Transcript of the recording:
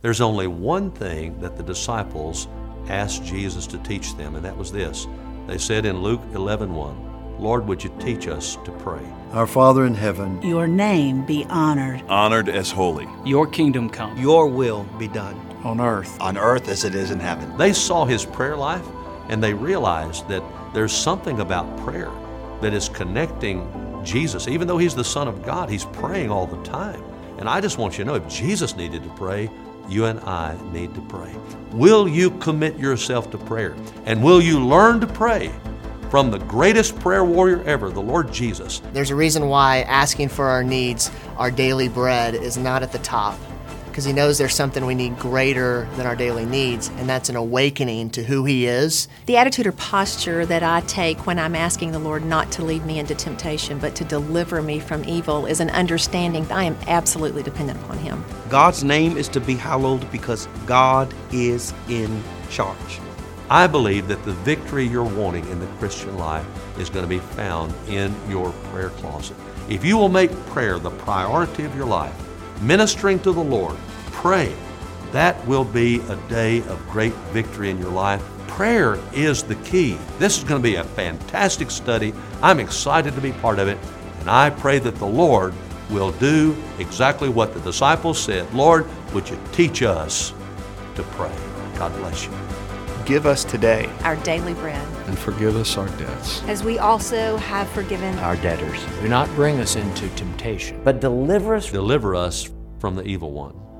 There's only one thing that the disciples asked Jesus to teach them, and that was this. They said in Luke 11:1, "Lord, would you teach us to pray?" Our Father in heaven, Your name be honored. honored as holy. Your kingdom come. Your will be done. on earth. on earth as it is in heaven. They saw his prayer life and they realized that there's something about prayer that is connecting Jesus. Even though he's the Son of God, he's praying all the time. And I just want you to know if Jesus needed to pray, you and I need to pray. Will you commit yourself to prayer? And will you learn to pray from the greatest prayer warrior ever, the Lord Jesus? There's a reason why asking for our needs, our daily bread, is not at the top. Because he knows there's something we need greater than our daily needs, and that's an awakening to who he is. The attitude or posture that I take when I'm asking the Lord not to lead me into temptation, but to deliver me from evil, is an understanding that I am absolutely dependent upon Him. God's name is to be hallowed because God is in charge. I believe that the victory you're wanting in the Christian life is going to be found in your prayer closet. If you will make prayer the priority of your life, ministering to the Lord, pray, that will be a day of great victory in your life. Prayer is the key. This is going to be a fantastic study. I'm excited to be part of it, and I pray that the Lord will do exactly what the disciples said Lord, would you teach us to pray? God bless you. Give us today Our daily bread. And forgive us our debts. as we also have forgiven our debtors. Do not bring us into temptation. but deliver us deliver us from the evil one.